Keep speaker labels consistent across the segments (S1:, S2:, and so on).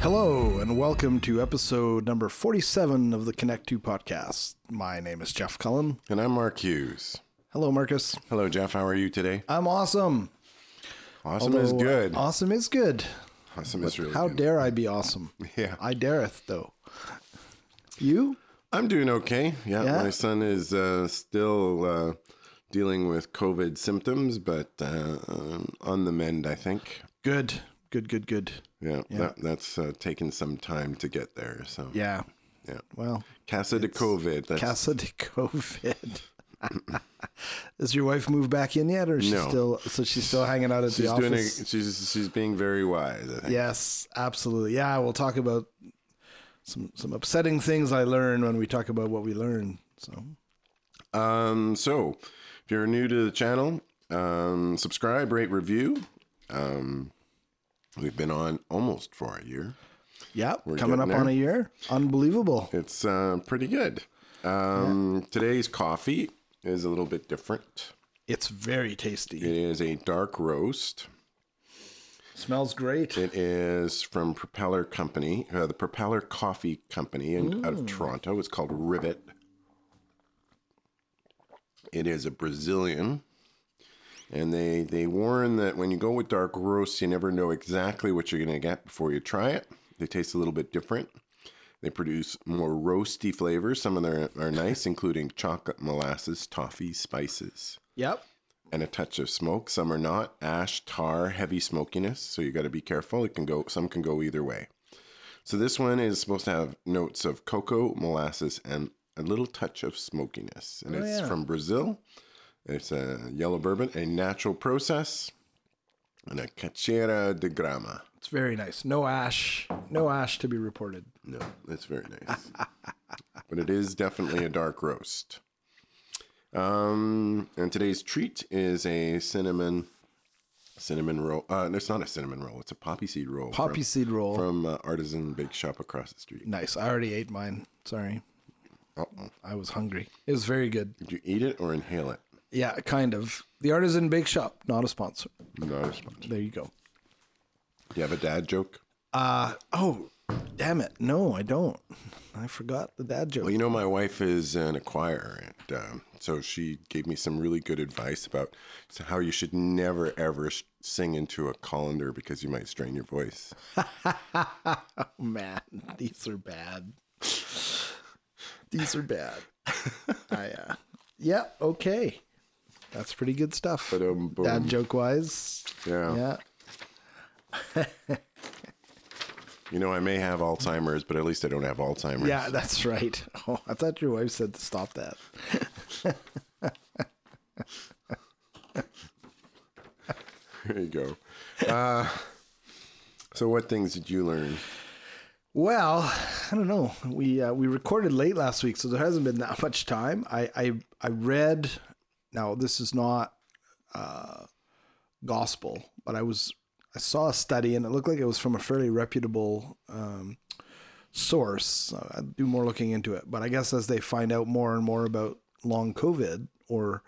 S1: Hello, and welcome to episode number 47 of the Connect 2 podcast. My name is Jeff Cullen.
S2: And I'm Mark Hughes.
S1: Hello, Marcus.
S2: Hello, Jeff. How are you today?
S1: I'm awesome.
S2: Awesome is
S1: Although,
S2: good.
S1: uh, Awesome is good.
S2: awesome is really
S1: How
S2: good.
S1: dare I be awesome?
S2: Yeah.
S1: I dareth, though. You?
S2: I'm doing okay. Yeah,
S1: Yeah?
S2: my son is uh, still uh, dealing with COVID symptoms, but uh, um, on the mend, I think.
S1: Good. Good, good, good.
S2: Yeah, That, that's uh, taken some time to get there. So,
S1: Yeah.
S2: Yeah.
S1: Well,
S2: Casa de COVID. That's,
S1: Casa de COVID. Has your wife moved back in yet, or is she
S2: No.
S1: still? So she's still hanging out at
S2: she's
S1: the
S2: doing. A,
S1: office.
S2: she's she's being very wise. I think.
S1: Yes, absolutely. Yeah, we'll talk about some some upsetting things I learned when we talk about what we learn. So
S2: Um, so, if you're new to the channel, um, subscribe, rate, review. Um, we've been on almost for a year.
S1: yeah, coming up
S2: getting
S1: on a
S2: there.
S1: year, unbelievable.
S2: It's uh, pretty good. Um, Today's coffee is a little bit different.
S1: It's very tasty.
S2: It is a dark roast.
S1: Smells great.
S2: It is from Propeller Company, uh, the Propeller Coffee Company, in, out of Toronto. It's called Rivet. It is a Brazilian, and they they warn that when you go with dark roast, you never know exactly what you're going to get before you try it. They taste a little bit different. They produce more roasty flavors. Some of them are nice, including chocolate, molasses, toffee, spices
S1: Yep.
S2: and a touch of smoke. Some are not ash, tar, heavy smokiness. So you got to be careful. It can go. Some can go either way. So this one is supposed to have notes of cocoa, molasses, and a little touch of smokiness. And
S1: Oh,
S2: it's
S1: yeah.
S2: from Brazil. It's a yellow bourbon, a natural process, and a cachera de grama.
S1: It's very nice. No ash. No ash to be reported.
S2: No, that's very nice. but it is definitely a dark roast. Um, and today's treat is a cinnamon cinnamon roll. Uh, no, it's not a cinnamon roll. It's a poppy seed roll.
S1: Poppy seed roll.
S2: from, from uh, Artisan Bake Shop across the street.
S1: nice. I already ate mine. Sorry. I was hungry. It was very good.
S2: Did you eat it or inhale it?
S1: Yeah, kind of. The Artisan Bake Shop, not a sponsor.
S2: Not a sponge.
S1: There you go.
S2: Do you have a dad joke?
S1: Uh oh, damn it! No, I don't. I forgot the dad joke.
S2: Well, you know, my wife is an acquirer, and um, so she gave me some really good advice about s- how you should never ever sh- sing into a colander because you might strain your voice.
S1: Oh man, these are bad. These are bad. I uh, yeah, okay. That's pretty good stuff.
S2: Ba-dum, boom.
S1: Dad joke wise.
S2: Yeah.
S1: Yeah.
S2: You know, I may have Alzheimer's, but at least I don't have Alzheimer's.
S1: Yeah, that's right. Oh, I thought your wife said to stop that.
S2: There you go. Uh, so, what things did you learn?
S1: Well, I don't know. We uh, we recorded late last week, so there hasn't been that much time. I I, I read. Now this is not uh, gospel, but I was I saw a study, and it looked like it was from a fairly reputable um, source. So I'd do more looking into it, but I guess as they find out more and more about long COVID or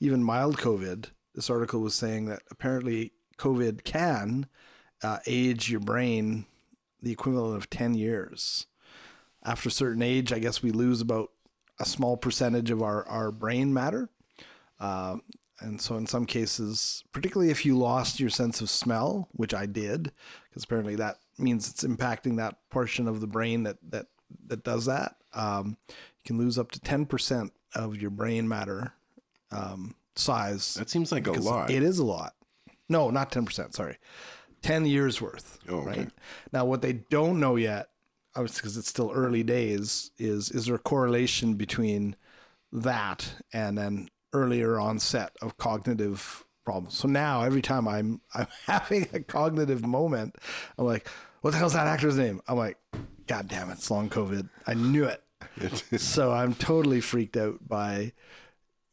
S1: even mild COVID, this article was saying that apparently COVID can uh, age your brain the equivalent of 10 years. After a certain age, I guess we lose about a small percentage of our, our brain matter. Uh, and so, in some cases, particularly if you lost your sense of smell, which I did, because apparently that means it's impacting that portion of the brain that, that, that does that, um, you can lose up to 10% of your brain matter um, size.
S2: That seems like a lot.
S1: It is a lot. No, not 10%, sorry. 10 years worth.
S2: Oh, okay.
S1: Right. Now, what they don't know yet, because it's still early days, is is there a correlation between that and then earlier onset of cognitive problems? So now every time I'm I'm having a cognitive moment, I'm like, what the hell's that actor's name? I'm like, God damn it, it's long COVID. I knew it. so I'm totally freaked out by,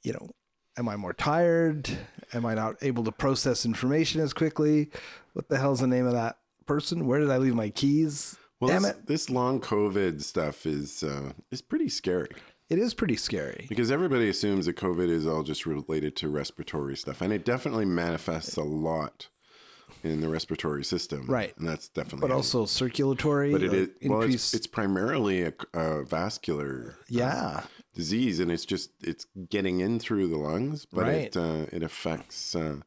S1: you know, am I more tired? Am I not able to process information as quickly? What the hell's the name of that person? Where did I leave my keys?
S2: well,
S1: Damn
S2: this,
S1: it.
S2: this long COVID stuff is uh, is pretty scary
S1: It is pretty scary.
S2: because everybody assumes that COVID is all just related to respiratory stuff, and it definitely manifests a lot in the respiratory system.
S1: Right.
S2: And that's definitely.
S1: but
S2: handy.
S1: also circulatory.
S2: but it
S1: uh,
S2: is well, it's,
S1: increase-
S2: it's primarily a, a vascular
S1: yeah,
S2: disease, and it's just it's getting in through the lungs, but it
S1: Right.
S2: uh, it affects uh,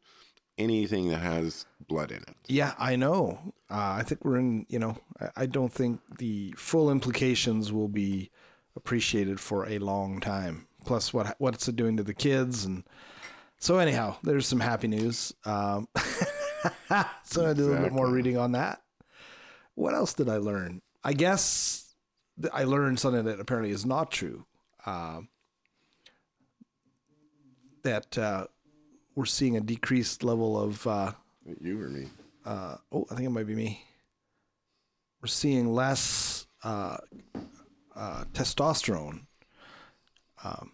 S2: anything that has blood in it.
S1: yeah. I know. Uh, I think we're in. You know, I, I don't think the full implications will be appreciated for a long time. Plus, what what's it doing to the kids? And so, anyhow, there's some happy news. Um, so I did a little bit more reading on that. What else did I learn? I guess th- I learned something that apparently is not true. Um that uh, we're seeing a decreased level of. Uh,
S2: You or me?
S1: uh, oh, I think it might be me. We're seeing less uh, uh, testosterone um,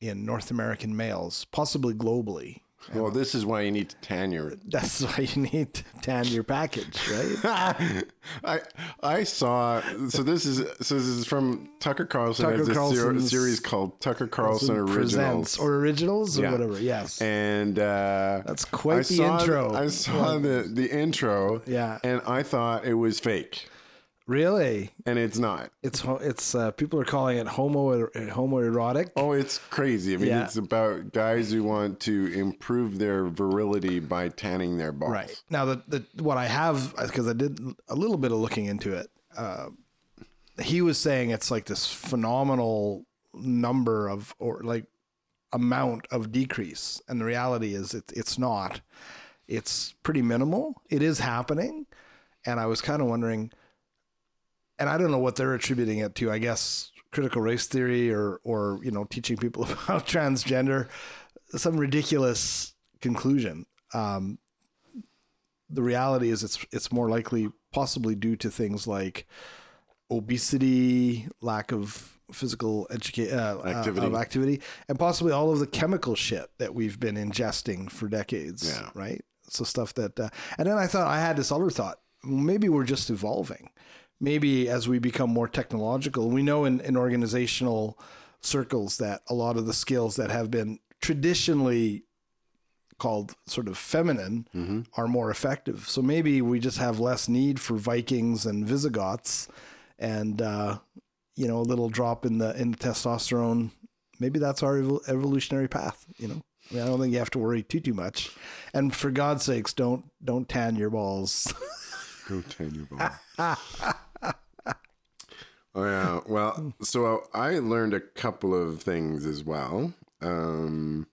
S1: in North American males, possibly globally.
S2: Well, this is why you need to tan your.
S1: That's why you need to tan your package, right?
S2: I I saw so this is so this is from Tucker Carlson.
S1: Tucker
S2: has this ser-
S1: Carlson's-
S2: series called Tucker Carlson Originals.
S1: Presents or originals or
S2: Yeah.
S1: whatever. Yes.
S2: and uh,
S1: That's quite the
S2: saw
S1: intro.
S2: I saw the the intro,
S1: Yeah.
S2: and I thought it was fake,
S1: really?
S2: and it's not.
S1: It's ho- it's uh, people are calling it homo homoerotic.
S2: Oh, it's crazy. I mean,
S1: Yeah.
S2: it's about guys who want to improve their virility by tanning their balls.
S1: Right now, the, the what I have because I did a little bit of looking into it. Uh, he was saying it's like this phenomenal number of or like amount of decrease, and the reality is it, it's not. It's pretty minimal. It is happening, and I was kind of wondering, and I don't know what they're attributing it to. I guess critical race theory or or you know teaching people about transgender, some ridiculous conclusion. Um, the reality is it's it's more likely possibly due to things like obesity, lack of physical educa- uh,
S2: Activity.
S1: activity. of activity, and possibly all of the chemical shit that we've been ingesting for decades.
S2: Yeah.
S1: Right. So stuff that, uh, and then I thought I had this other thought. Maybe we're just evolving. Maybe as we become more technological, we know in, in organizational circles that a lot of the skills that have been traditionally called sort of feminine are more effective. So maybe we just have less need for Vikings and Visigoths, and uh, you know a little drop in the in the testosterone. Maybe that's our evol- evolutionary path. You know, I, mean, I don't think you have to worry too too much. And for God's sakes, don't don't tan your balls.
S2: Go tan your balls. oh yeah. Well, so I learned a couple of things as well. Um,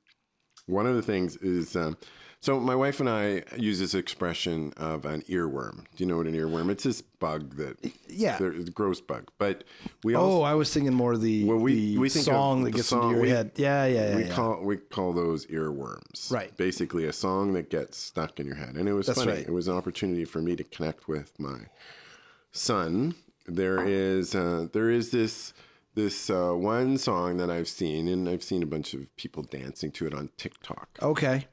S2: one of the things is, um, so my wife and I use this expression of an earworm. Do you know what an earworm? It's this bug that,
S1: yeah.
S2: there- it's a gross bug. But we also
S1: Oh, I was thinking more of the,
S2: Well, we-
S1: the
S2: we think of
S1: song that
S2: the
S1: gets
S2: song
S1: into your
S2: we-
S1: head. Yeah, yeah, yeah.
S2: we
S1: yeah.
S2: call we call those earworms.
S1: Right.
S2: Basically, a song that gets stuck in your head, and it was
S1: That's
S2: funny.
S1: right.
S2: It was an opportunity for me to connect with my son. There is uh, there is this this uh, one song that I've seen, and I've seen a bunch of people dancing to it on TikTok
S1: okay.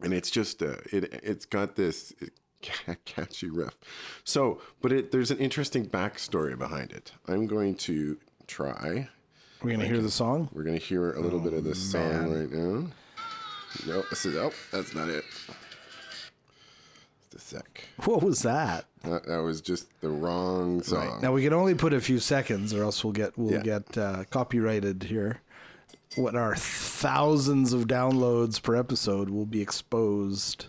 S2: and it's just uh, it it's got this ca- catchy riff. So, but it there's an interesting backstory behind it. I'm going to try.
S1: We're gonna hear the song.
S2: We're gonna hear a little bit of this song right now. No, this is oh, that's not it. Just a sec.
S1: What was that?
S2: That, that was just the wrong song.
S1: Now we can only put a few seconds, or else we'll get we'll
S2: Yeah.
S1: get uh, copyrighted here. What are thousands of downloads per episode will be exposed.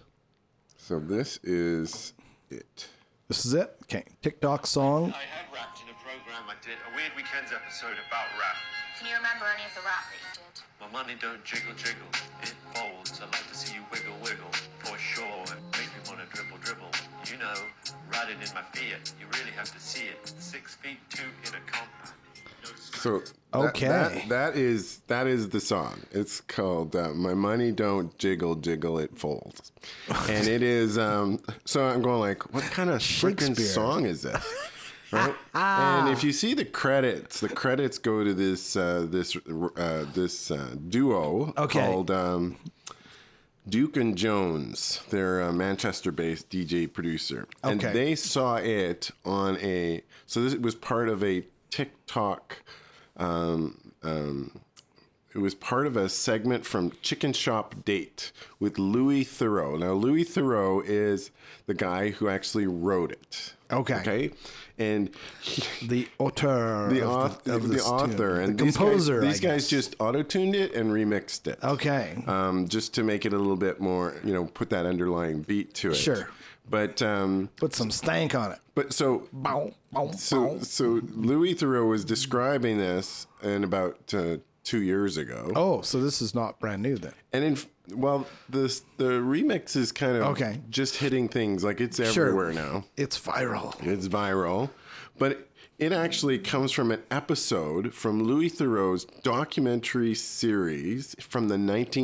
S2: So this is it.
S1: This is it. Okay, TikTok song.
S3: I had rapped in a program I did, a Weird Weekends episode about rap.
S4: Can you remember any of the rap that you did?
S3: My money don't jiggle jiggle, it folds. I like to see you wiggle wiggle, for sure. It makes me wanna dribble dribble. You know, riding in my Fiat, you really have to see it. Six feet two in a compact. No
S2: So that-
S1: Okay.
S2: that- that is that is the song. It's called uh, "My Money Don't Jiggle, Jiggle It Folds," and it is. Um, so I'm going like, what kind of freaking
S1: Shakespeare.
S2: song is this? Right? and if you see the credits, the credits go to this uh, this uh, this uh, duo
S1: Okay.
S2: called um, Duke and Jones. They're a Manchester-based DJ producer, and
S1: Okay.
S2: they saw it on a. So this was part of a TikTok um, um, It was part of a segment from Chicken Shop Date with Louis Thoreau. Now, Louis Thoreau is the guy who actually wrote it.
S1: Okay.
S2: Okay. And he-
S1: The author.
S2: the,
S1: of
S2: auth-
S1: of
S2: the
S1: this tune.
S2: author and
S1: the
S2: these guys-
S1: composer. I
S2: These guys,
S1: guess.
S2: just auto tuned it and remixed it.
S1: Okay.
S2: Um, just to make it a little bit more, you know, put that underlying beat to it.
S1: Sure.
S2: But um,
S1: Put some stank on it.
S2: but so
S1: Bow, bow,
S2: so
S1: bow.
S2: so Louis Thoreau was describing this in about uh, two years ago.
S1: Oh, so this is not brand new then.
S2: And in f- well, this the remix is kind of
S1: Okay.
S2: just hitting things like it's
S1: Sure.
S2: everywhere now.
S1: It's viral.
S2: It's viral, but it actually comes from an episode from Louis Theroux's documentary series from the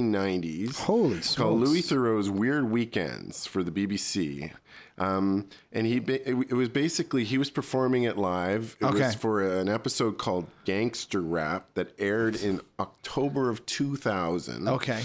S2: 1990s.
S1: Holy
S2: It's called
S1: smokes.
S2: Louis Theroux's Weird Weekends for the BBC. Um, and he ba- it w- it was basically he was performing it live. It
S1: Okay.
S2: was for an episode called Gangster Rap that aired in October of 2000.
S1: Okay.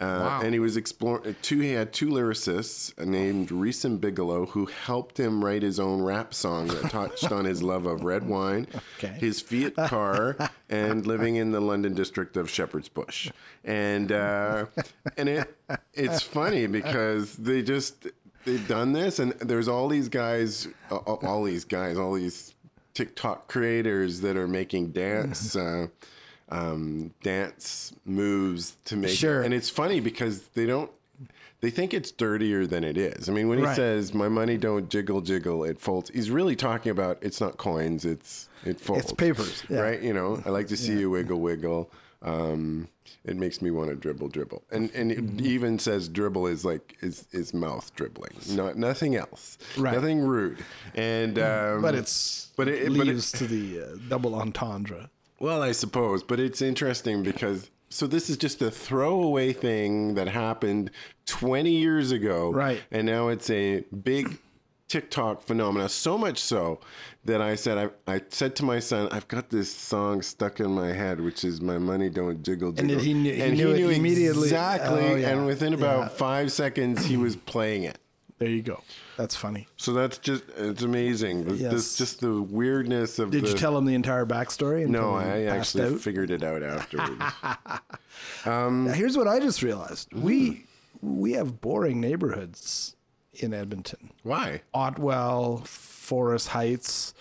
S2: Uh, And he was exploring. Two, he had two lyricists uh, named Reese and Bigelow who helped him write his own rap song that touched on his love of red wine,
S1: Okay.
S2: his Fiat car, and living in the London district of Shepherd's Bush. And uh, and it it's funny because they just they've done this, and there's all these guys, uh, all these guys, all these TikTok creators that are making dance. Uh, um, dance moves to make
S1: Sure.
S2: and it's funny because they don't they think it's dirtier than it is. I mean, when he
S1: Right.
S2: says "my money don't jiggle jiggle, it folds," he's really talking about it's not coins, it's it folds.
S1: papers, yeah.
S2: right? You know, I like to see you wiggle wiggle. Um, it makes me want to dribble dribble, and and it
S1: Mm-hmm.
S2: even says dribble is like is is mouth dribbling, not nothing else,
S1: Right. Mm.
S2: nothing rude, and um,
S1: But it's
S2: but it- but it-
S1: leaves to the uh, double entendre.
S2: well, I suppose, but it's interesting because so this is just a throwaway thing that happened 20 years ago.
S1: Right.
S2: And now it's a big TikTok phenomena, so much so that I said I, I said to my son, I've got this song stuck in my head, which is "My Money Don't Jiggle Jiggle,"
S1: then he knew- he knew it immediately.
S2: exactly,
S1: Oh, yeah.
S2: and within about five seconds, he was playing it.
S1: There you go. That's funny.
S2: So that's just—it's amazing. This,
S1: Yes.
S2: just the weirdness of.
S1: Did
S2: the,
S1: you tell him the entire backstory?
S2: No,
S1: until he
S2: I
S1: passed
S2: actually
S1: out?
S2: figured it out afterwards.
S1: Now, here's what I just realized. We
S2: Hmm.
S1: we have boring neighborhoods in Edmonton.
S2: Why?
S1: Otwell, Forest Heights,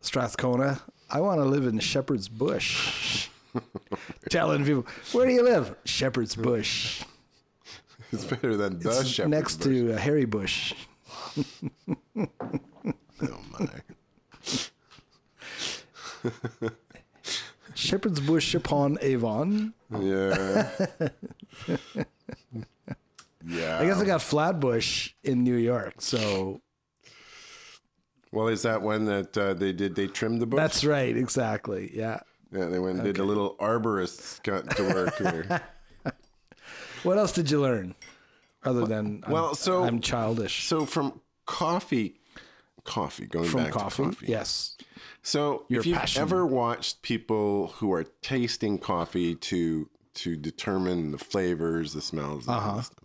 S1: Strathcona. I want to live in Shepherd's Bush. Telling people, where do you live? Shepherd's Bush.
S2: It's better than the
S1: It's
S2: shepherd's
S1: next
S2: bush.
S1: to uh, Harry Bush.
S2: Oh my!
S1: Shepherd's Bush upon Avon.
S2: Yeah. yeah.
S1: I guess I got Flatbush in New York. So
S2: well, is that one that uh, they did? They trimmed the bush.
S1: that's right. Exactly. Yeah.
S2: yeah. They went and did a little arborist got to work here.
S1: What else did you learn other than I'm-
S2: well, so-
S1: I'm childish.
S2: so from coffee, coffee going
S1: from
S2: back
S1: coffee.
S2: to coffee.
S1: Yes.
S2: So
S1: Your
S2: if you've
S1: passion.
S2: ever watched people who are tasting coffee to to determine the flavors, the smells, and all
S1: Uh-huh.
S2: that stuff,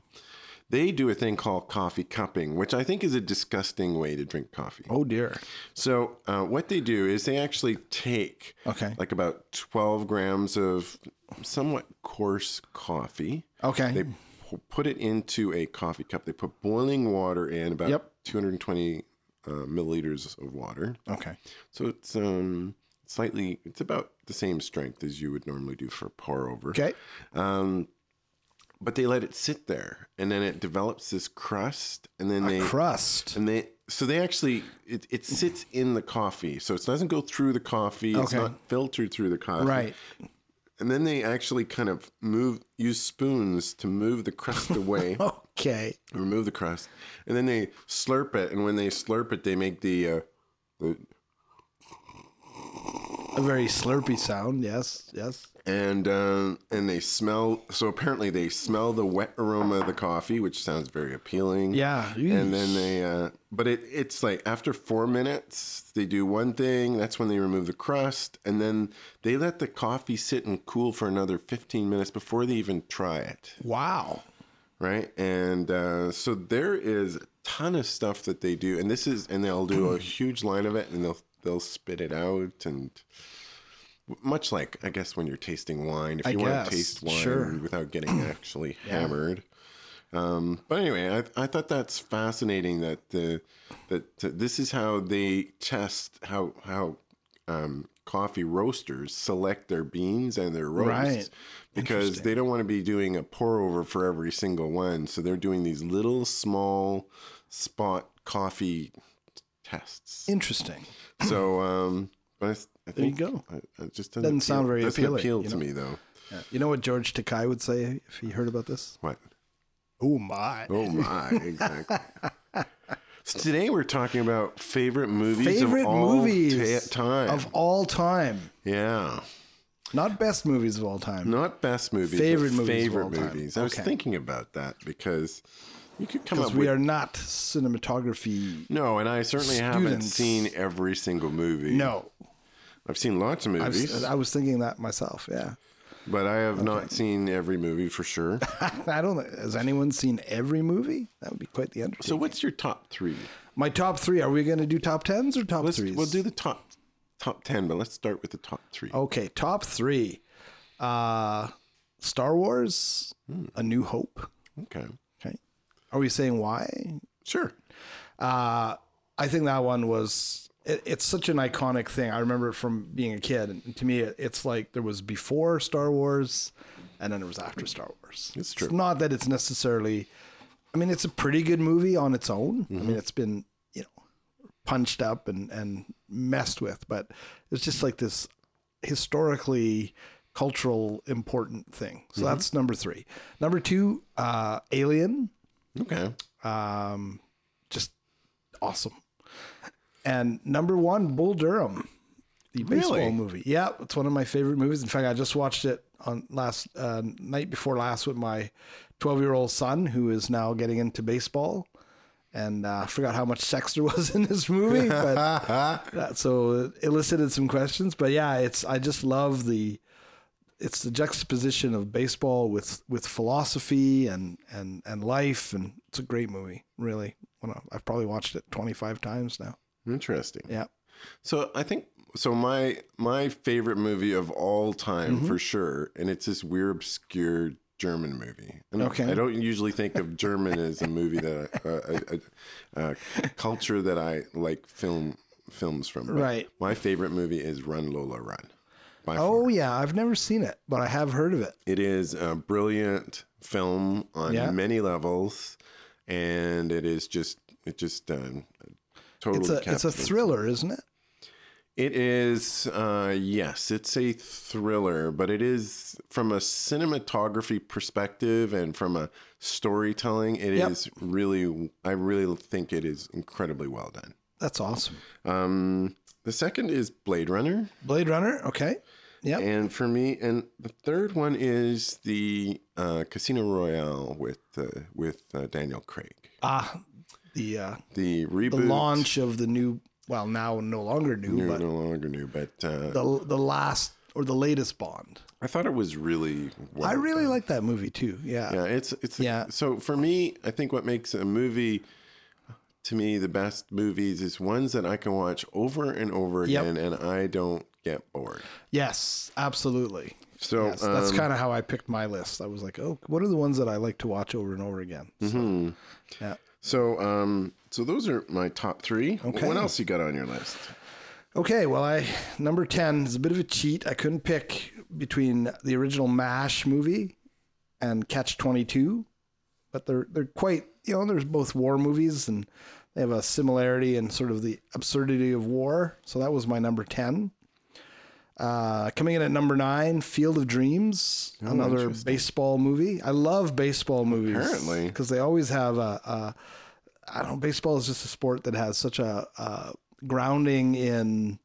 S2: they do a thing called coffee cupping, which I think is a disgusting way to drink coffee.
S1: Oh dear.
S2: So uh, what they do is they actually take
S1: Okay.
S2: like about 12 grams of somewhat coarse coffee.
S1: Okay.
S2: They pu- put it into a coffee cup. They put boiling water in about
S1: Yep.
S2: 220 uh, milliliters of water.
S1: okay.
S2: So it's um slightly it's about the same strength as you would normally do for a pour over.
S1: Okay.
S2: Um but they let it sit there and then it develops this crust and then they
S1: Crust.
S2: and they so they actually it, it sits in the coffee. So it doesn't go through the coffee. It's
S1: Okay.
S2: not filtered through the coffee.
S1: Right.
S2: And then they actually kind of move use spoons to move the crust away.
S1: Okay.
S2: remove the crust, and then they slurp it. And when they slurp it, they make the, uh, the
S1: A very slurpy sound. Yes. Yes.
S2: and um, and they smell. So apparently, they smell the wet aroma of the coffee, which sounds very appealing.
S1: Yeah.
S2: And then they, uh, but it, it's like after four minutes, they do one thing. That's when they remove the crust, and then they let the coffee sit and cool for another fifteen minutes before they even try it.
S1: wow.
S2: right? And uh, so there is a ton of stuff that they do, and this is, and they'll do a huge line of it, and they'll they'll spit it out, and much like I guess when you're tasting wine, if
S1: I
S2: you want
S1: guess,
S2: to taste wine
S1: sure.
S2: without getting actually hammered. Um, but anyway, I, I thought that's fascinating that the that uh, this is how they test how how um, coffee roasters select their beans and their roasts
S1: Right.
S2: because they don't want to be doing a pour over for every single one. So they're doing these little small spot coffee tests.
S1: Interesting.
S2: So, um, but I, s- I
S1: There you
S2: think
S1: go.
S2: I- I just doesn't,
S1: Doesn't
S2: appeal-
S1: sound very
S2: doesn't
S1: appealing,
S2: appeal
S1: you
S2: to
S1: know?
S2: me though.
S1: Yeah. You know what George Takai would say if he heard about this?
S2: What?
S1: Oh my.
S2: Oh my! exactly. So today we're talking about favorite movies
S1: Favorite
S2: of all
S1: movies
S2: ta- time.
S1: of all time.
S2: yeah,
S1: Not best movies of all time.
S2: not best movies. but
S1: Favorite movies of
S2: Favorite
S1: all time.
S2: movies. I was
S1: Okay.
S2: thinking about that because you could come up
S1: Because we
S2: with
S1: are not cinematography.
S2: no, and I certainly haven't
S1: students.
S2: seen every single movie.
S1: No. uh,
S2: I've seen lots of
S1: I
S2: movies,
S1: was, I was thinking that myself. Yeah.
S2: but I have not seen every movie for sure.
S1: I don't know. Has anyone seen every movie? That would be quite the entertainment.
S2: so, what's your top three?
S1: My top three. Are we going to do top tens or top
S2: Let's
S1: 3s
S2: we'll do the top top ten, but let's start with the top three.
S1: Okay, top three. Uh, Star Wars, A New Hope.
S2: Okay,
S1: Okay, are we saying why?
S2: sure.
S1: I think that one was. It, it's such an iconic thing. I remember it from being a kid, and to me, it, it's like there was before Star Wars, and then there was after Star Wars.
S2: It's true.
S1: not that it's necessarily. I mean, it's a pretty good movie on its own. I mean, it's been you know punched up and and messed with, but it's just like this historically cultural important thing. So that's number three. Number two, uh, Alien
S2: Okay,
S1: just awesome. And number one, Bull Durham, the baseball
S2: Really?
S1: movie. Yeah, it's one of my favorite movies. In fact, I just watched it on last uh, night before last with my 12 year old son, who is now getting into baseball. And uh, I forgot how much sex there was in this movie, but that, so it elicited some questions. But yeah, it's I just love the it's the juxtaposition of baseball with with philosophy and and and life and it's a great movie really One of- i've probably watched it 25 times now
S2: interesting.
S1: yeah
S2: So I think so. My my favorite movie of all time
S1: Mm-hmm.
S2: for sure, and it's this weird, obscure German movie. And
S1: Okay.
S2: I don't usually think of German as a movie that uh, I, a, a, a culture that I like film films from. but
S1: Right.
S2: My favorite movie is Run Lola Run. By far.
S1: oh yeah i've never seen it but i have heard of it
S2: It is a brilliant film on
S1: Yeah.
S2: many levels, and it is just it just um, totally.
S1: it's a it's a
S2: captivates me.
S1: thriller isn't it
S2: It is uh, yes, it's a thriller, but it is from a cinematography perspective and from a storytelling. It is
S1: Yep.
S2: really, I really think it is incredibly well done.
S1: that's awesome
S2: Um, the second is Blade Runner.
S1: blade runner okay yeah
S2: And for me, and the third one is the uh, Casino Royale with uh, with uh, Daniel Craig.
S1: ah the uh
S2: The reboot,
S1: the launch of the new well now no longer new
S2: no,
S1: but
S2: no longer new, but uh,
S1: the the last or the latest bond
S2: I thought it was really. Well
S1: i really
S2: done.
S1: like that movie too yeah
S2: Yeah, it's it's
S1: Yeah.
S2: So for me, I think what makes a movie to me the best movies is ones that I can watch over and over
S1: Yep.
S2: again, and I don't get bored.
S1: yes absolutely
S2: So
S1: Yes, that's
S2: um,
S1: kind of how I picked my list. I was like, oh, what are the ones that I like to watch over and over again? So, Yeah.
S2: so um so those are my top three.
S1: Okay.
S2: What else you got on your list?
S1: Okay. Well, I number ten is a bit of a cheat. I couldn't pick between the original Mash movie and Catch Twenty Two, but they're they're quite you know there's both war movies and they have a similarity in sort of the absurdity of war. So that was my number ten. Uh, coming in at number nine, Field of Dreams, another
S2: interesting.
S1: baseball movie. I love baseball movies
S2: Apparently.
S1: because they always have a, a. I don't. know, Baseball is just a sport that has such a, a grounding in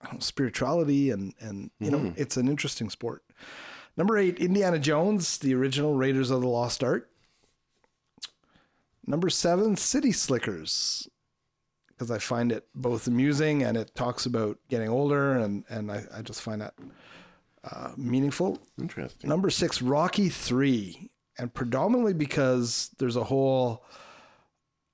S1: I don't know, spirituality and and you
S2: Mm.
S1: know it's an interesting sport. Number eight, Indiana Jones, the original Raiders of the Lost Ark. Number seven, City Slickers, because I find it both amusing and it talks about getting older, and and I, I just find that uh, meaningful.
S2: Interesting.
S1: Number six, Rocky Three, and predominantly because there's a whole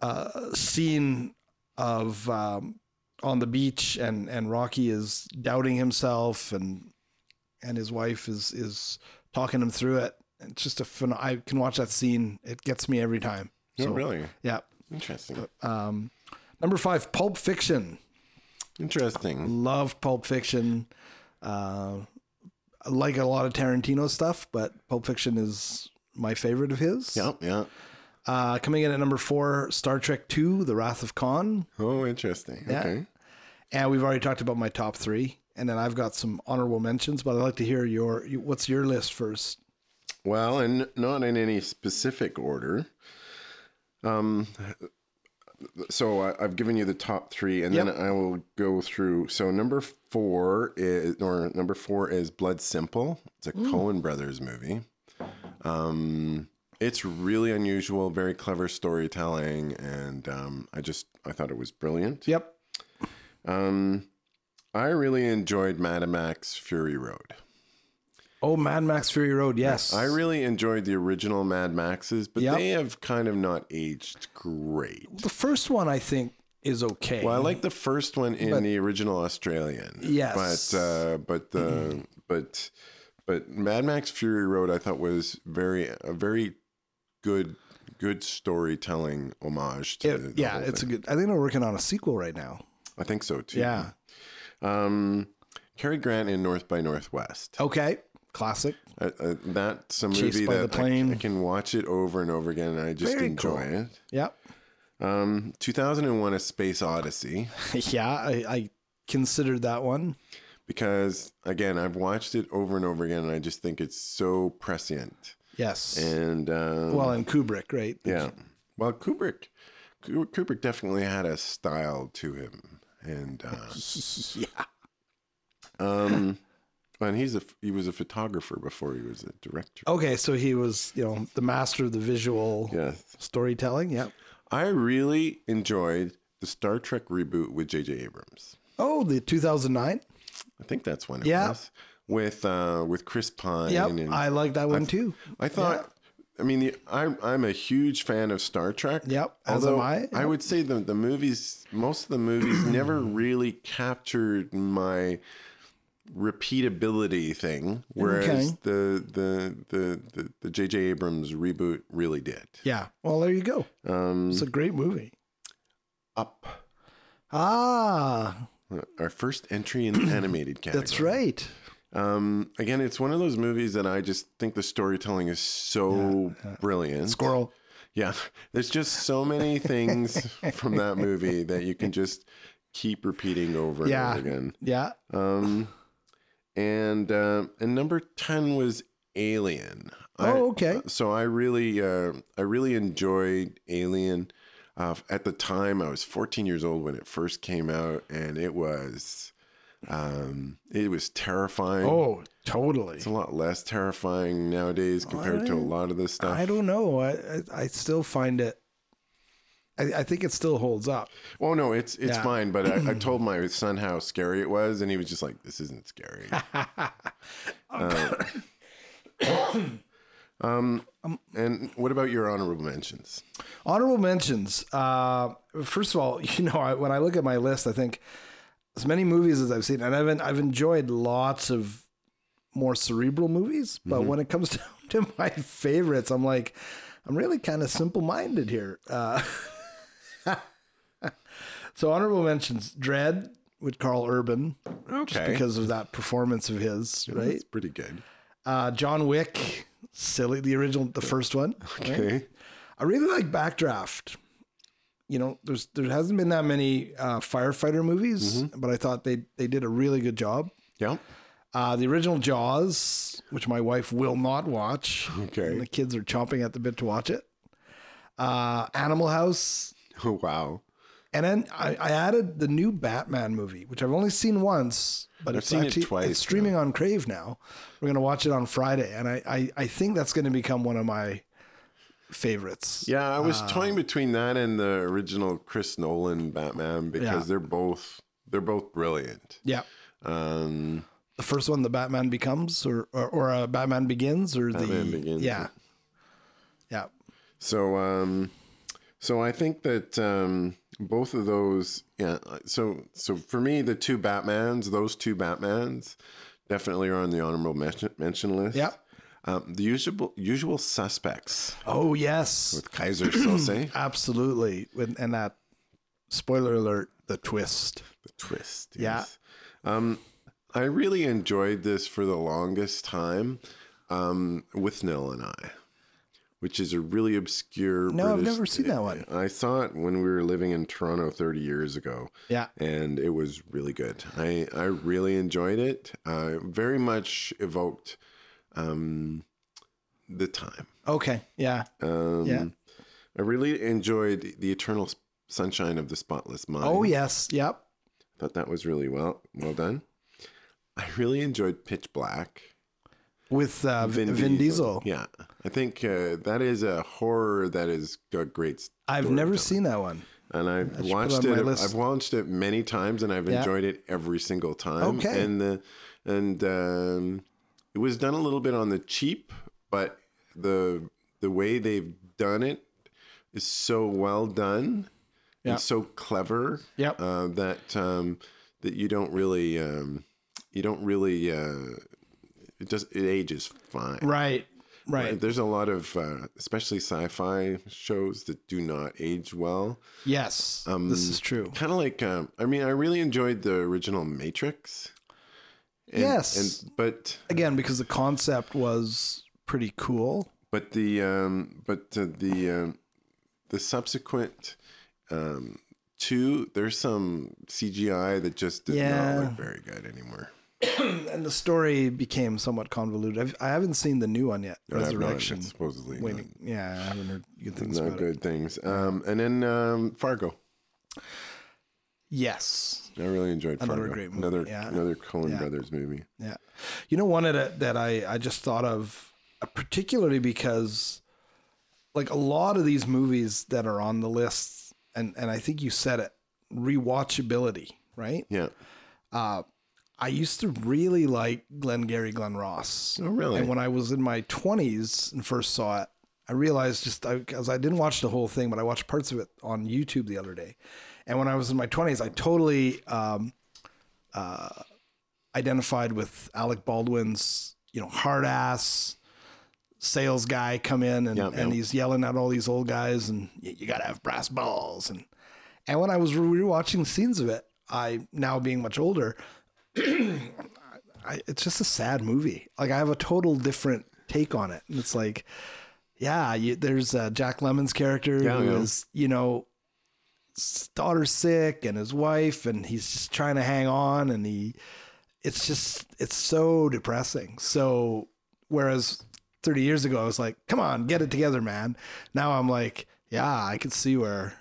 S1: uh, scene of um, on the beach and and Rocky is doubting himself and and his wife is is talking him through it. It's just a phen- I can watch that scene. It gets me every time.
S2: Oh, really?
S1: Yeah.
S2: Interesting.
S1: Number five, Pulp Fiction.
S2: Interesting.
S1: Love Pulp Fiction. Uh, I like a lot of Tarantino stuff, but Pulp Fiction is my favorite of his.
S2: Yeah, yeah.
S1: Uh, coming in at number four, Star Trek Two: The Wrath of Khan.
S2: Oh, interesting.
S1: Yeah.
S2: Okay.
S1: And we've already talked about my top three, and then I've got some honorable mentions. But I'd like to hear your you- what's your list first.
S2: Well, and not in any specific order. Um, so I, I've given you the top three, and then
S1: Yep.
S2: I will go through. So number four is, or number four is Blood Simple. It's a
S1: Mm.
S2: Cohen Brothers movie. Um, it's really unusual, very clever storytelling, and um, I just I thought it was brilliant.
S1: Yep.
S2: Um, I really enjoyed Madam Max Fury Road.
S1: Oh, Mad Max Fury Road. Yes,
S2: I really enjoyed the original Mad Maxes, but
S1: Yep.
S2: they have kind of not aged great.
S1: the first one I think is okay.
S2: Well, I like the first one in
S1: But-
S2: the original Australian.
S1: Yes. Mm-hmm.
S2: but uh, but the but but Mad Max Fury Road, I thought was very a very good good storytelling homage to
S1: It-
S2: the, the
S1: yeah,
S2: whole
S1: it's a
S2: thing.
S1: good. I think they're working on a sequel right now.
S2: I think so too.
S1: Yeah.
S2: Um, Cary Grant in North by Northwest.
S1: Okay. Classic.
S2: Uh, uh, that's a
S1: Chased
S2: movie
S1: by the
S2: that I-
S1: plane.
S2: I, can watch it over and over again, and I just
S1: Very
S2: enjoy
S1: cool.
S2: it.
S1: Yep.
S2: Um, 2001: A Space Odyssey,
S1: yeah, I, I considered that one.
S2: because again, I've watched it over and over again, and I just think it's so prescient.
S1: Yes.
S2: And um,
S1: well, and Kubrick, right?
S2: yeah, well, Kubrick, Ku- Kubrick definitely had a style to him, and uh,
S1: Yeah.
S2: um, and he's a he was a photographer before he was a director.
S1: Okay, so he was, you know, the master of the visual
S2: Yes,
S1: storytelling. Yep.
S2: I really enjoyed the Star Trek reboot with J.J. Abrams.
S1: Oh, the 2009.
S2: I think that's when it
S1: Yeah.
S2: was with uh, with Chris Pine.
S1: Yep.
S2: and
S1: I
S2: I,
S1: like that one too.
S2: thought. I mean, the, I'm I'm a huge fan of Star Trek.
S1: Yep, as
S2: although
S1: am I, yep.
S2: would say the the movies, most of the movies, never really captured my repeatability thing, whereas
S1: Okay.
S2: the the the the the J.J. Abrams reboot really did.
S1: Yeah. Well, there you go.
S2: Um,
S1: It's a great movie.
S2: Up,
S1: Ah,
S2: our first entry in the animated category.
S1: that's right.
S2: Um, again, it's one of those movies that I just think the storytelling is so
S1: uh,
S2: brilliant.
S1: Squirrel.
S2: Yeah. There's just so many things from that movie that you can just keep repeating over and
S1: Yeah.
S2: over again.
S1: Yeah.
S2: Um, and um and number 10 was Alien. I-
S1: Oh, okay.
S2: so I really uh, I really enjoyed Alien. Uh, at the time, I was 14 years old when it first came out, and it was um, it was terrifying.
S1: Oh, totally.
S2: It's a lot less terrifying nowadays compared to a lot of this stuff.
S1: I don't know. I I, I still find it. I, I think it still holds up.
S2: Well, no, it's it's
S1: Yeah.
S2: fine. But I, I told my son how scary it was, and he was just like, "This isn't scary." Uh, um, and what about your honorable mentions?
S1: Honorable mentions. Uh, first of all, you know, I, when I look at my list, I think as many movies as I've seen, and I've I've enjoyed lots of more cerebral movies. But
S2: Mm-hmm.
S1: when it comes down to my favorites, I'm like, I'm really kind of simple minded here. Uh, so honorable mentions: Dread with Carl Urban,
S2: Okay, Mm-hmm.
S1: because of that performance of his, right?
S2: it's pretty good.
S1: Uh, John Wick, silly, the original, the first one.
S2: Okay,
S1: I really like Backdraft. You know, there's there hasn't been that many uh, firefighter movies,
S2: Mm-hmm.
S1: but I thought they they did a really good job.
S2: yeah,
S1: Uh, the original Jaws, which my wife will not watch, and the
S2: okay.
S1: kids are chomping at the bit to watch it. Uh, Animal House,
S2: Oh wow,
S1: and then I, I added the new Batman movie, which I've only seen once, but
S2: I've
S1: it's
S2: seen it
S1: actually
S2: twice,
S1: it's streaming on Crave now. We're gonna watch it on Friday, and I I, I think that's gonna become one of my favorites.
S2: yeah. I
S1: Uh,
S2: was toying between that and the original Chris Nolan Batman because
S1: Yeah.
S2: they're both they're both brilliant.
S1: Yeah.
S2: Um,
S1: the first one, the Batman becomes, or or, or uh, Batman begins, or
S2: Batman
S1: the
S2: Begins.
S1: yeah, yeah.
S2: So, um, So I think that um, both of those, yeah. So so for me, the two Batmans, those two Batmans, definitely are on the honorable mention, mention list.
S1: Yep.
S2: Um, the usual usual suspects
S1: Oh yes,
S2: with Kaiser Sose,
S1: absolutely. And, and that spoiler alert: the twist.
S2: the twist.
S1: Yeah.
S2: yes. Um, I really enjoyed this for the longest time um, with Nell and I, which is a really obscure.
S1: No, I've
S2: British-
S1: never seen that one.
S2: I saw it when we were living in Toronto 30 years ago.
S1: Yeah.
S2: and it was really good. I I really enjoyed it. Uh, very much evoked um, the time.
S1: Okay. Yeah.
S2: Um,
S1: Yeah.
S2: I really enjoyed the Eternal Sunshine of the Spotless Mind.
S1: Oh yes. Yep.
S2: thought that was really well well done. I really enjoyed Pitch Black.
S1: With uh, Vin, Diesel.
S2: Yeah, I think uh, that is a horror that is got great. s-
S1: I've
S2: story
S1: never
S2: to it.
S1: seen that one.
S2: And I've
S1: put
S2: watched
S1: it on my
S2: it.
S1: list.
S2: I've watched it many times, and I've
S1: Yeah.
S2: enjoyed it every single time.
S1: Okay.
S2: And the and um, it was done a little bit on the cheap, but the the way they've done it is so well done
S1: Yeah.
S2: and so clever.
S1: Yep.
S2: Uh, that um, that you don't really um, you don't really uh, it just it ages fine.
S1: Right.
S2: Uh,
S1: Right.
S2: There's a lot of, uh, especially sci-fi shows that do not age well.
S1: Yes. this is true.
S2: Kind of like, um, I mean, I really enjoyed the original Matrix. And,
S1: Yes.
S2: and, but
S1: Again, because the concept was pretty cool.
S2: but the um, but uh, the um, the subsequent um, two, there's some CGI that just did not
S1: Yeah.
S2: look very good anymore.
S1: And the story became somewhat convoluted. I've, I haven't seen the new one yet.
S2: I have no idea,
S1: Resurrection.
S2: supposedly
S1: Waiting. Yeah, I haven't heard good things
S2: not, not
S1: about it.
S2: good things. Um, and then um, Fargo.
S1: Yes.
S2: I really enjoyed
S1: Another
S2: Fargo.
S1: great movie,
S2: Another
S1: yeah.
S2: another Coen
S1: Yeah.
S2: Brothers movie.
S1: Yeah. You know, one that, that I, I just thought of, uh, particularly because like a lot of these movies that are on the list, and, and I think you said it, rewatchability, right?
S2: Yeah.
S1: I used to really like Glengarry Glen Ross.
S2: Oh, really?
S1: And when I was in my 20s and first saw it, I realized just because I, didn't watch the whole thing, but I watched parts of it on YouTube the other day. And when I was in my 20s, I totally um, uh, identified with Alec Baldwin's, you know, hard ass sales guy come in and,
S2: Yeah,
S1: and
S2: yeah.
S1: he's yelling at all these old guys and you, you got to have brass balls. And, and when I was rewatching scenes of it, I now being much older, I, it's just a sad movie. Like I have a total different take on it, and it's like, yeah, you, there's uh, Jack Lemon's character
S2: Yeah,
S1: who
S2: yeah.
S1: is, you know, his daughter's sick and his wife, and he's just trying to hang on, and he, it's just, it's so depressing. So whereas 30 years ago I was like, come on, get it together, man. Now I'm like, yeah, I can see where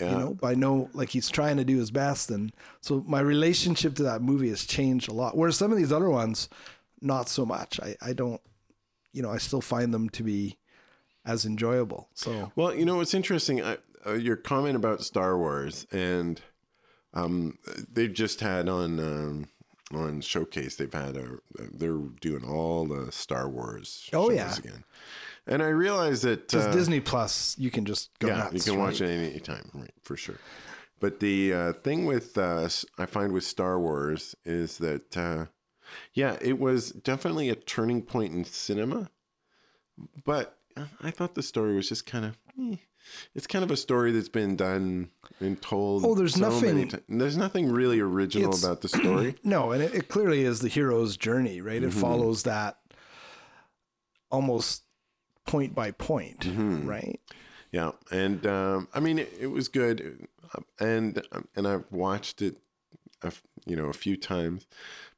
S1: you
S2: Yeah.
S1: know by no like he's trying to do his best and so my relationship to that movie has changed a lot whereas some of these other ones not so much i i don't you know i still find them to be as enjoyable so
S2: Well, you know, it's interesting. I, uh, your comment about Star Wars, and um, they've just had on um, on showcase. They've had a uh, they're doing all the Star Wars.
S1: Oh,
S2: shows
S1: yeah.
S2: again. And I realize that
S1: because
S2: uh,
S1: disney plus you can just go
S2: yeah,
S1: nuts
S2: you can
S1: right?
S2: watch it any time, right? For sure. But the uh, thing with uh, s- I find with Star Wars is that uh, yeah, it was definitely a turning point in cinema. But I thought the story was just kind of eh. it's kind of a story that's been done and told.
S1: Oh, there's nothing-
S2: ti- there's nothing really original
S1: It's-
S2: about the story.
S1: No, and it, it clearly is the hero's journey, right?
S2: Mm-hmm.
S1: It follows that almost point by point,
S2: Mm-hmm.
S1: right?
S2: Yeah, and um, I mean it, it was good, uh, and and I've watched it, a f you know, a few times,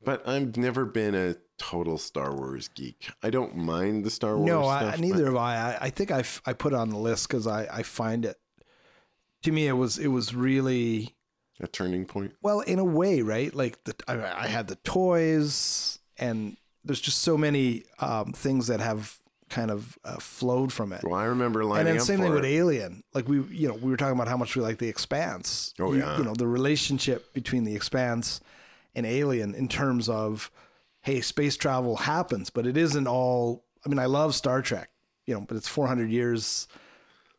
S2: but I've never been a total Star Wars geek. I don't mind the Star Wars.
S1: No, I,
S2: stuff,
S1: neither have I. I. I think I, f- I put it on the list because I, I find it. To me, it was it was really
S2: but A turning point.
S1: well in a way, right? Like the I, I had the toys, and there's just so many um, things that have kind of uh, flowed from it.
S2: Well, I remember lining
S1: And then
S2: up
S1: same
S2: for
S1: thing with
S2: it.
S1: Alien. Like we, you know, we were talking about how much we like the Expanse.
S2: Oh,
S1: you,
S2: yeah.
S1: You know the relationship between the Expanse and Alien in terms of, hey, space travel happens, but it isn't all. I mean, I love Star Trek, you know, but it's 400 years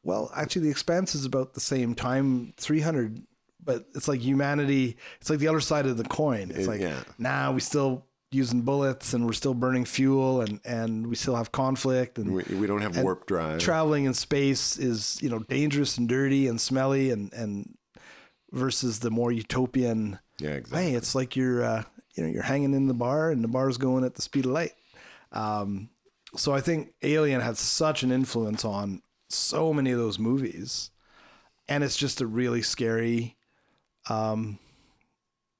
S1: Well, actually, The Expanse is about the same time, 300, but it's like humanity, it's like the other side of the coin. It's
S2: It-
S1: like,
S2: yeah.
S1: nah, we still using bullets and we're still burning fuel and, and we still have conflict and
S2: We, we don't have
S1: And
S2: warp drive.
S1: traveling in space is, you know, dangerous and dirty and smelly and, and versus the more utopian,
S2: yeah, exactly.
S1: hey, it's like you're, uh, you know, you're hanging in the bar and the bar's going at the speed of light. Um, so I think Alien had such an influence on so many of those movies, and it's just a really scary, um,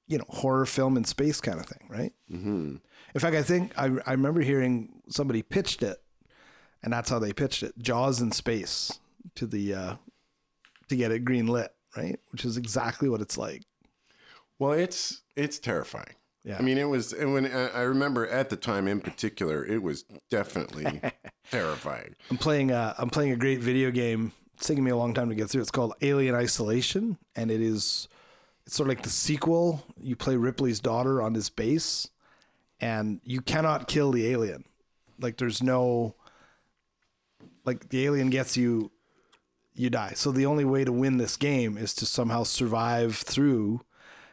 S1: you know, horror film in space kind of thing, right? Mm-hmm. In fact, I think I I remember hearing somebody pitched it, and that's how they pitched it: Jaws in space to the uh, to get it green lit, right? Which is exactly what it's like.
S2: Well, it's it's terrifying.
S1: Yeah.
S2: I mean, it was, and when I I remember at the time in particular, it was definitely terrifying.
S1: I'm playing a, I'm playing a great video game. It's taking me a long time to get through. It's called Alien Isolation, and it is it's sort of like the sequel. You play Ripley's daughter on this base, and you cannot kill the alien. Like there's no like the alien gets you, you die. So the only way to win this game is to somehow survive through.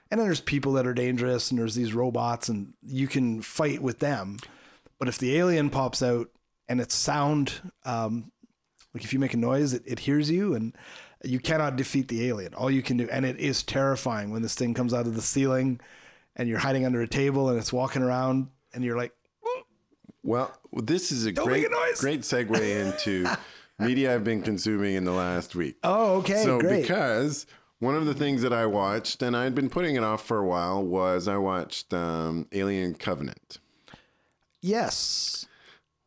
S1: And then there's people that are dangerous, and there's these robots, and you can fight with them. But if the alien pops out and it's sound, um, like if you make a noise, it, it hears you, and you cannot defeat the alien. All you can do, and it is terrifying when this thing comes out of the ceiling, and you're hiding under a table, and it's walking around, and you're like,
S2: Well, this is a
S1: make
S2: great
S1: a noise.
S2: great segue into media I've been consuming in the last week.
S1: "Oh, okay,
S2: so
S1: great."
S2: because one of the things that I watched, and I'd been putting it off for a while, was I watched um, Alien Covenant,
S1: yes,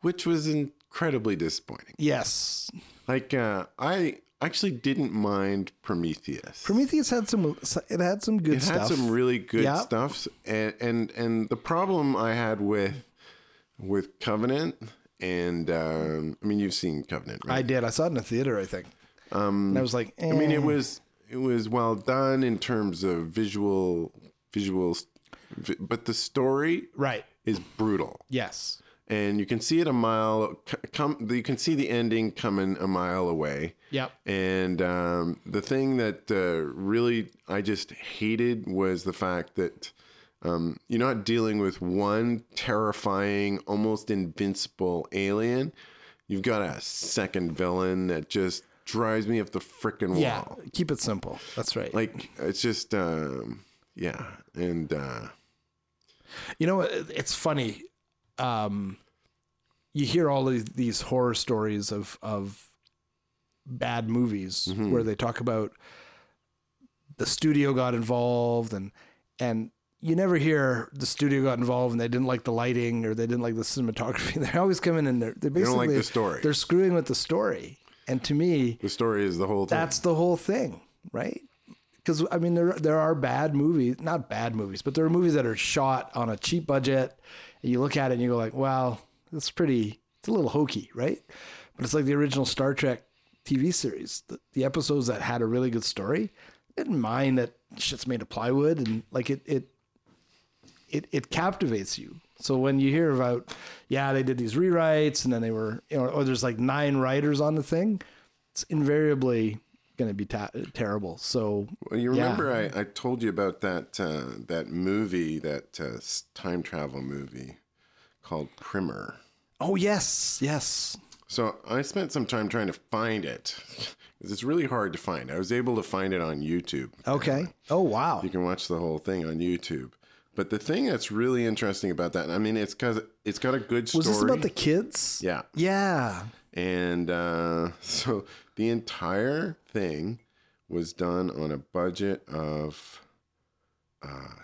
S2: which was incredibly disappointing.
S1: yes.
S2: Like uh, I actually didn't mind Prometheus.
S1: Prometheus had some. It had some good
S2: it
S1: stuff.
S2: had some really good
S1: Yeah.
S2: stuff and and and the problem i had with with covenant and um i mean you've seen covenant right
S1: I did. I saw it in a theater, I think. Um, and I was like,
S2: i mean
S1: eh.
S2: it was it was well done in terms of visual visuals vi- but the story
S1: right.
S2: is brutal
S1: Yes.
S2: and you can see it a mile c- come you can see the ending coming a mile away
S1: Yep.
S2: and um, the thing that uh, really i just hated was the fact that um, you're not dealing with one terrifying almost invincible alien you've got a second villain that just drives me up the frickin' wall
S1: Yeah. Keep it simple. That's right.
S2: like it's just um, yeah and uh,
S1: You know, it- it's funny. Um, you hear all of these horror stories of of bad movies
S2: Mm-hmm.
S1: where they talk about the studio got involved and and you never hear the studio got involved and they didn't like the lighting or they didn't like the cinematography. They always come in and they're they
S2: don't
S1: basically
S2: like the story.
S1: They're screwing with the story. And to me,
S2: the story is the whole thing
S1: that's the whole thing, right? Because I mean, there there are bad movies, not bad movies, but there are movies that are shot on a cheap budget, and you look at it and you go like, "Wow, that's pretty. It's a little hokey, right?" But it's like the original Star Trek TV series, the, the episodes that had a really good story. Didn't mind that shit's made of plywood, and like it it it it captivates you. So when you hear about, yeah, they did these rewrites, and then they were, you know, or there's like nine writers on the thing it's invariably going to be ta- terrible. So
S2: Well, you
S1: Yeah.
S2: remember I, I told you about that uh, that movie, that uh, s- time travel movie called Primer.
S1: oh yes, yes,
S2: So I spent some time trying to find it. 'Cause It's really hard to find. I was able to find it on YouTube.
S1: okay. Oh wow,
S2: You can watch the whole thing on YouTube. But the thing that's really interesting about that, I mean, it's because it's got a good story.
S1: was this about the kids?
S2: Yeah.
S1: yeah.
S2: And uh, so the entire thing was done on a budget of uh,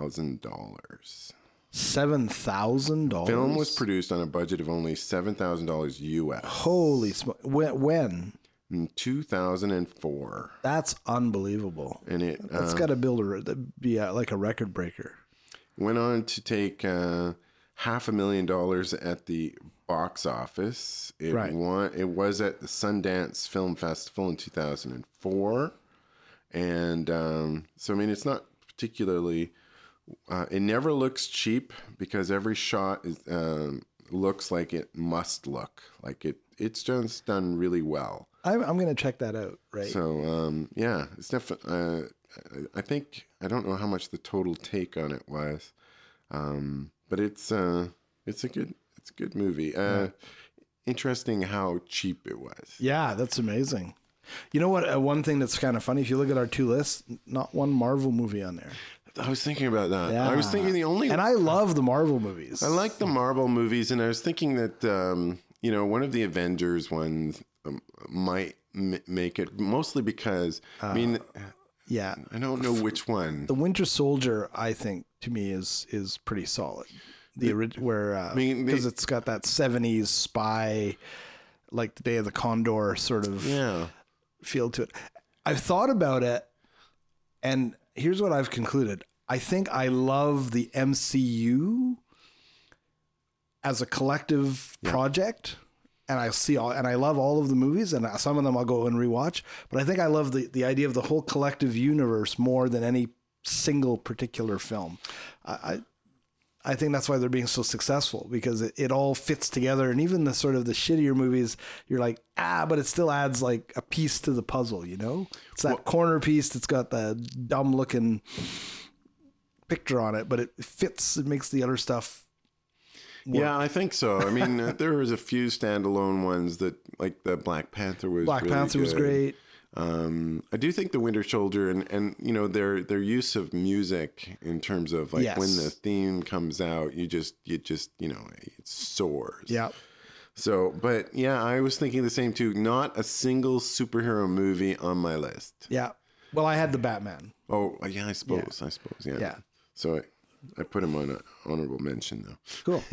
S2: $7,000.
S1: Seven thousand dollars.
S2: Film was produced on a budget of only $7,000 US
S1: holy smoke. When, when?
S2: in 2004.
S1: That's unbelievable.
S2: And it uh,
S1: That's got to build a re- that'd be uh, like a record breaker.
S2: went on to take uh, half a million dollars at the box office. It,
S1: Right.
S2: won, it was at the Sundance Film Festival in 2004. And um, so, I mean, it's not particularly. Uh, it never looks cheap because every shot is, um, looks like it must look like it. It's just done really well.
S1: I'm, I'm gonna check that out. Right.
S2: So um, yeah, it's definitely. Uh, I- I think I don't know how much the total take on it was, um, but it's uh, it's a good it's a good movie. Uh, Interesting how cheap it was.
S1: yeah, that's amazing. You know what? Uh, one thing that's kind of funny. If you look at our two lists, n- not one Marvel movie on there.
S2: I was thinking about that. I was thinking the only
S1: And I love the Marvel movies.
S2: I like the Marvel movies, and I was thinking that um, you know one of the Avengers ones um, might m- make it mostly because I mean
S1: Yeah.
S2: I don't know which one.
S1: Uh, The Winter Soldier, I think, to me is is pretty solid. The orig- where because
S2: mean, the-
S1: it's got that '70s spy, like the Day of the Condor sort of
S2: yeah,
S1: feel to it. I've thought about it, and here's what I've concluded. I think I love the MCU as a collective project, and I see all and I love all of the movies, and some of them I'll go and rewatch. But I think I love the the idea of the whole collective universe more than any single particular film. I. I I think that's why they're being so successful because it, it all fits together. And even the sort of the shittier movies, you're like, ah, but it still adds like a piece to the puzzle, you know? It's that corner piece that's got the dumb looking picture on it, but it fits, it makes the other stuff.
S2: yeah, I think so. I mean, uh, there was a few standalone ones that like the Black Panther was
S1: Black
S2: really
S1: Panther was
S2: good.
S1: great.
S2: Um, I do think the Winter Soldier and and you know their their use of music in terms of like when
S1: Yes.
S2: the theme comes out, you just you just you know it soars.
S1: Yeah.
S2: So, but yeah, I was thinking the same too. Not a single superhero movie on my list.
S1: Yeah. Well, I had the Batman.
S2: Oh, yeah, I suppose. I suppose. Yeah.
S1: Yeah.
S2: So I, I put him on an honorable mention though.
S1: Cool.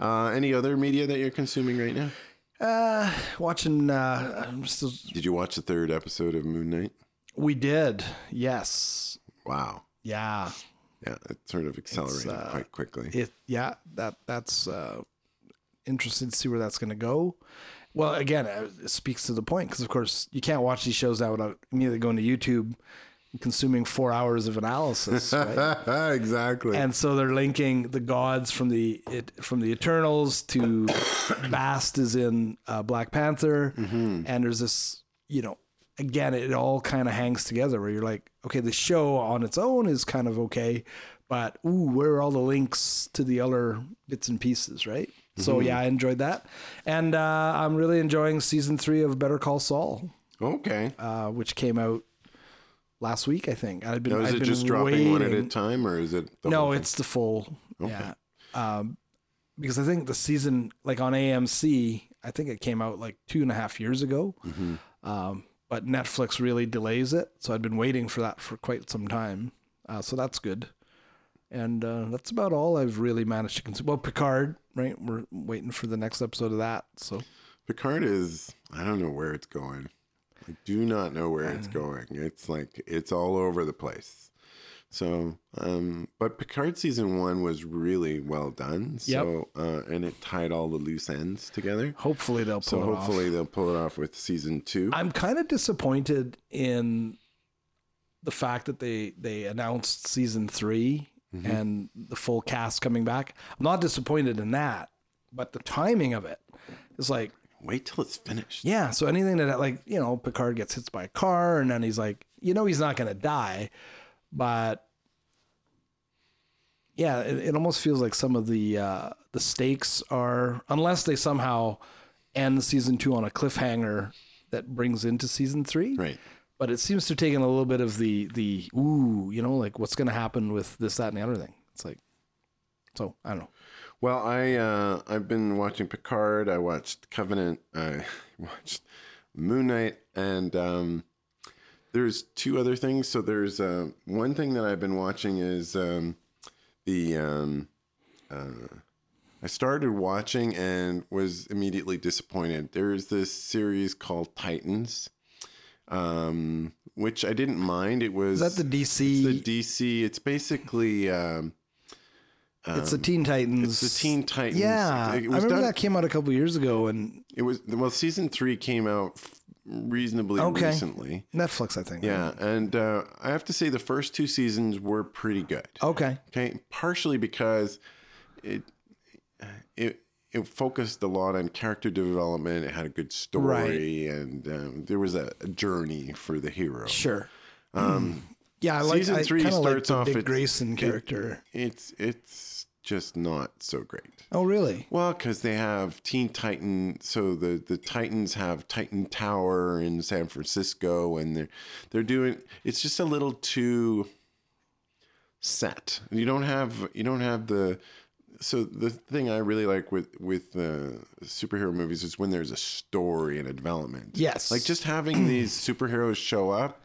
S2: Uh, any other media that you're consuming right now?
S1: uh, watching, uh, I'm still,
S2: Did you watch the third episode of Moon Knight?
S1: we did. Yes.
S2: Wow.
S1: Yeah.
S2: Yeah, it sort of accelerated quite quickly.
S1: it uh, yeah that that's uh interesting to see where that's going to go well again uh, it speaks to the point because of course you can't watch these shows now without immediately going to youtube and consuming four hours of analysis right?
S2: exactly.
S1: and so they're linking the gods from the it, from the Eternals to Bast is in uh, Black Panther,
S2: Mm-hmm.
S1: and there's this you know again it all kind of hangs together where you're like okay the show on its own is kind of okay, but ooh where are all the links to the other bits and pieces right?
S2: Mm-hmm.
S1: So yeah, I enjoyed that, and uh, I'm really enjoying season three of Better Call Saul,
S2: okay.
S1: uh, which came out last week I think. I've been
S2: now, is
S1: I've
S2: it
S1: been
S2: just dropping one at a
S1: waiting-
S2: time, or is it? the
S1: no,
S2: whole thing?
S1: it's the full. Yeah. Um, because I think the season, like on AMC, I think it came out like two and a half years ago.
S2: Mm-hmm.
S1: Um, but Netflix really delays it. So I'd been waiting for that for quite some time. Uh, so that's good. And uh, that's about all I've really managed to consume. Well, Picard, right? We're waiting for the next episode of that. So
S2: Picard is I don't know where it's going. I do not know where
S1: Uh.
S2: it's going. It's like it's all over the place. So, um, but Picard season one was really well done. So, uh, and it tied all the loose ends together.
S1: hopefully they'll pull
S2: So
S1: it off.
S2: hopefully they'll pull it off with season two.
S1: I'm kind of disappointed in the fact that they they announced season 3 and the full cast coming back. I'm not disappointed in that, but the timing of it is like,
S2: Wait till it's finished.
S1: yeah. So anything that like you know Picard gets hit by a car and then he's like, you know, he's not gonna die, but yeah, it, it almost feels like some of the uh, the stakes are unless they somehow end season two on a cliffhanger that brings into season three
S2: Right.
S1: but it seems to have taken a little bit of the the ooh, you know, like what's going to happen with this, that, and the other thing. It's like, so I don't know.
S2: Well, I uh, I've been watching Picard. I watched Covenant. I watched Moon Knight, and um, there's two other things. So there's uh, one thing that I've been watching is um, the um, uh, I started watching and was immediately disappointed. There's this series called Titans, um, which I didn't mind. It was
S1: Is that the DC?
S2: it's the DC. It's basically. Um,
S1: it's the Teen Titans.
S2: it's the Teen Titans.
S1: Yeah,
S2: It
S1: I
S2: was
S1: remember
S2: done-
S1: that came out a couple years ago, and
S2: It was well, season three came out f- reasonably
S1: Okay.
S2: recently.
S1: Netflix, I think.
S2: Yeah, and uh, I have to say the first two seasons were
S1: Oh.
S2: pretty good.
S1: Okay.
S2: Okay, partially because it it it focused a lot on character development. It had a good story, and um, there was a, a journey for the hero.
S1: Sure. Um, yeah, I like.
S2: season
S1: I
S2: three
S1: kinda like
S2: starts
S1: the
S2: off,
S1: Dick
S2: it's-
S1: Grayson
S2: it-
S1: character.
S2: It's it's just not so great.
S1: oh, really?
S2: Well, because they have Teen Titan, so the, the Titans have Titan Tower in San Francisco, and they're they're doing. It's just a little too set. You don't have you don't have the. So the thing I really like with with uh, superhero movies is when there's a story and a development.
S1: Yes.
S2: like just having these superheroes show up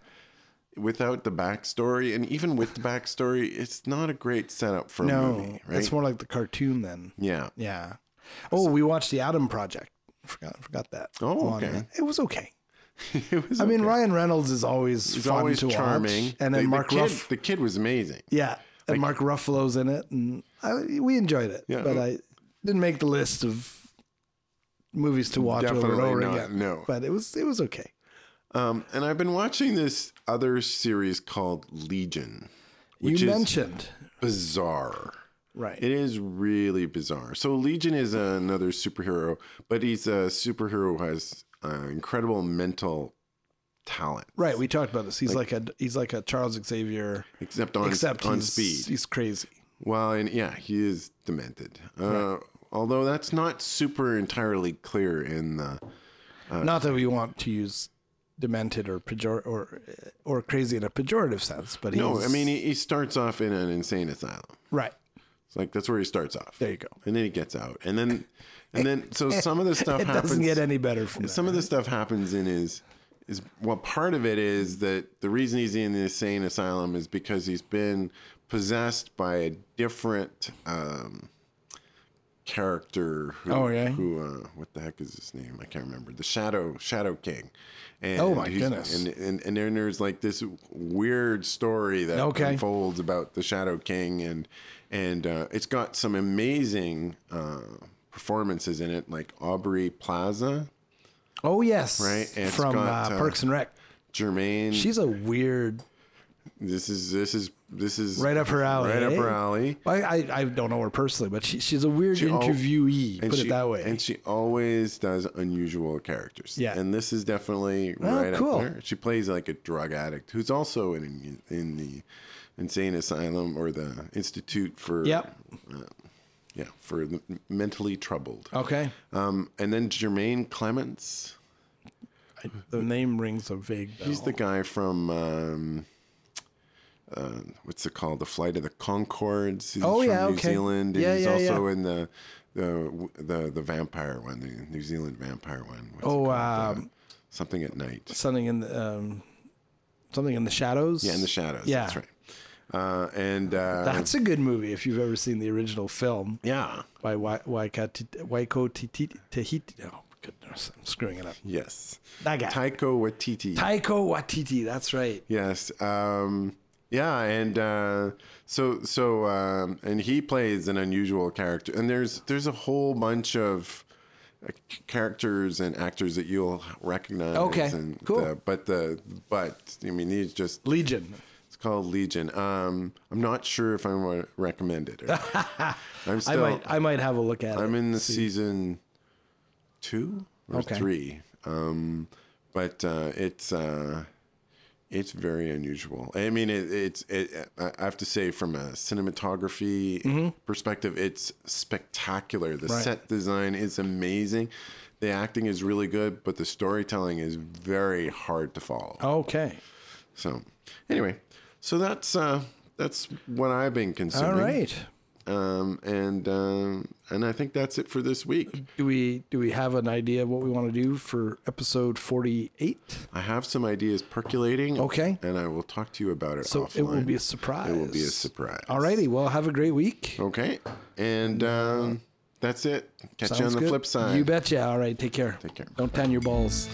S2: without the backstory, and even with the backstory, it's not a great setup for a
S1: No,
S2: movie. Right?
S1: it's more like the cartoon then.
S2: yeah.
S1: Yeah. Oh, we watched the Adam Project. Forgot forgot that.
S2: Oh,
S1: On
S2: okay.
S1: that. It was okay.
S2: It was
S1: I mean,
S2: okay.
S1: Ryan Reynolds is always
S2: He's
S1: fun
S2: always
S1: to
S2: charming.
S1: watch, and
S2: The-
S1: then
S2: the,
S1: Mark
S2: kid,
S1: Ruff.
S2: the kid was amazing.
S1: Yeah, and Mark Ruffalo's in it, and I, we enjoyed it.
S2: Yeah.
S1: but I didn't make the list of movies to watch over
S2: Definitely
S1: and over
S2: not,
S1: again.
S2: no.
S1: but it was it was okay.
S2: Um, and I've been watching this other series called Legion, which
S1: you
S2: is
S1: mentioned
S2: bizarre.
S1: right.
S2: It is really bizarre. So Legion is another superhero, but he's a superhero who has uh, incredible mental talent.
S1: Right, we talked about this. He's like, a he's like a Charles Xavier,
S2: Except on
S1: except
S2: on
S1: he's,
S2: speed.
S1: He's crazy.
S2: Well, and yeah, he is demented. Uh, Although that's not super entirely clear in the Uh,
S1: Not that we want to use demented or pejor or or crazy in a pejorative sense, but he's,
S2: no. I mean, he, he starts off in an insane asylum.
S1: right
S2: It's like that's where he starts off.
S1: there you go.
S2: and then he gets out, and then and then so some of the stuff
S1: It
S2: happens.
S1: doesn't get any better from
S2: some
S1: there.
S2: of the stuff happens in his is well, part of it is that the reason he's in the insane asylum is because he's been possessed by a different um, character. Who,
S1: Oh, yeah?
S2: Who? Uh, what the heck is his name? I can't remember. The Shadow Shadow King. And
S1: Oh, my
S2: he's-
S1: goodness.
S2: And, and and then there's like this weird story that
S1: Okay.
S2: unfolds about the Shadow King, and and uh, it's got some amazing uh, performances in it, like Aubrey Plaza,
S1: Oh yes,
S2: Right, and it's
S1: from
S2: got,
S1: uh,
S2: uh,
S1: Parks and Rec.
S2: Jermaine.
S1: She's a weird.
S2: this is this is this is
S1: Right up her alley,
S2: Right up
S1: eh?
S2: her alley.
S1: I, I I don't know her personally, but she, she's a weird
S2: al-
S1: interviewee.
S2: oh, And
S1: Put
S2: she-
S1: it that way.
S2: And she always does unusual characters.
S1: Yeah.
S2: And this is definitely
S1: Oh,
S2: right
S1: cool.
S2: up there. She plays like a drug addict who's also in in the insane asylum or the institute for uh,
S1: Yep.
S2: yeah for the mentally troubled.
S1: okay,
S2: Um, and then Jermaine Clements.
S1: the name rings a vague bell.
S2: He's the guy from um, uh, what's it called? The Flight of the Concords. He's
S1: Oh,
S2: from
S1: yeah,
S2: New
S1: okay.
S2: Zealand. And
S1: Yeah,
S2: he's
S1: yeah,
S2: also in the the the the vampire one, the New Zealand vampire one. What's it
S1: Oh,
S2: called?
S1: um,
S2: something at night.
S1: something in the um, something in the shadows.
S2: Yeah, in the shadows.
S1: yeah.
S2: that's right. Uh, and uh,
S1: That's a good movie if you've ever seen the original film
S2: yeah.
S1: by Wa- Waika Ti- Waiko Titi- Tahiti. Oh goodness, I'm screwing it up.
S2: Yes.
S1: That guy.
S2: Taiko Watiti.
S1: Taiko Watiti. That's right.
S2: Yes. Um, yeah, and uh, so so um, and he plays an unusual character, and there's there's a whole bunch of uh, c- characters and actors that you'll recognize.
S1: Okay,
S2: and
S1: cool.
S2: the- but the but I mean, he's just
S1: Legion.
S2: it's called Legion. Um, I'm not sure if I want to recommend it. Or not. I'm
S1: I
S2: still.
S1: might I might have a look at
S2: I'm
S1: it.
S2: in the season two or
S1: Okay.
S2: three, um, but uh, it's uh, it's very unusual. I mean, it, it's it, I I have to say from a cinematography perspective, it's spectacular. The
S1: Mm-hmm. Right.
S2: set design is amazing. The acting is really good, but the storytelling is very hard to follow.
S1: Oh. Okay.
S2: So, anyway, so that's uh, that's what I've been
S1: All
S2: consuming.
S1: right.
S2: Um, and um, and I think that's it for this week.
S1: Do we do we have an idea of what we want to do for episode 48?
S2: I have some ideas percolating.
S1: Okay.
S2: And I will talk to you about it
S1: So
S2: offline.
S1: it will be a surprise.
S2: It will be a Oh, surprise.
S1: All righty. Well, have a great week.
S2: Okay. And um, that's it. Catch you on
S1: Sounds
S2: the
S1: good.
S2: flip side.
S1: You betcha. All right. Take care. Take
S2: care.
S1: Don't tan your balls.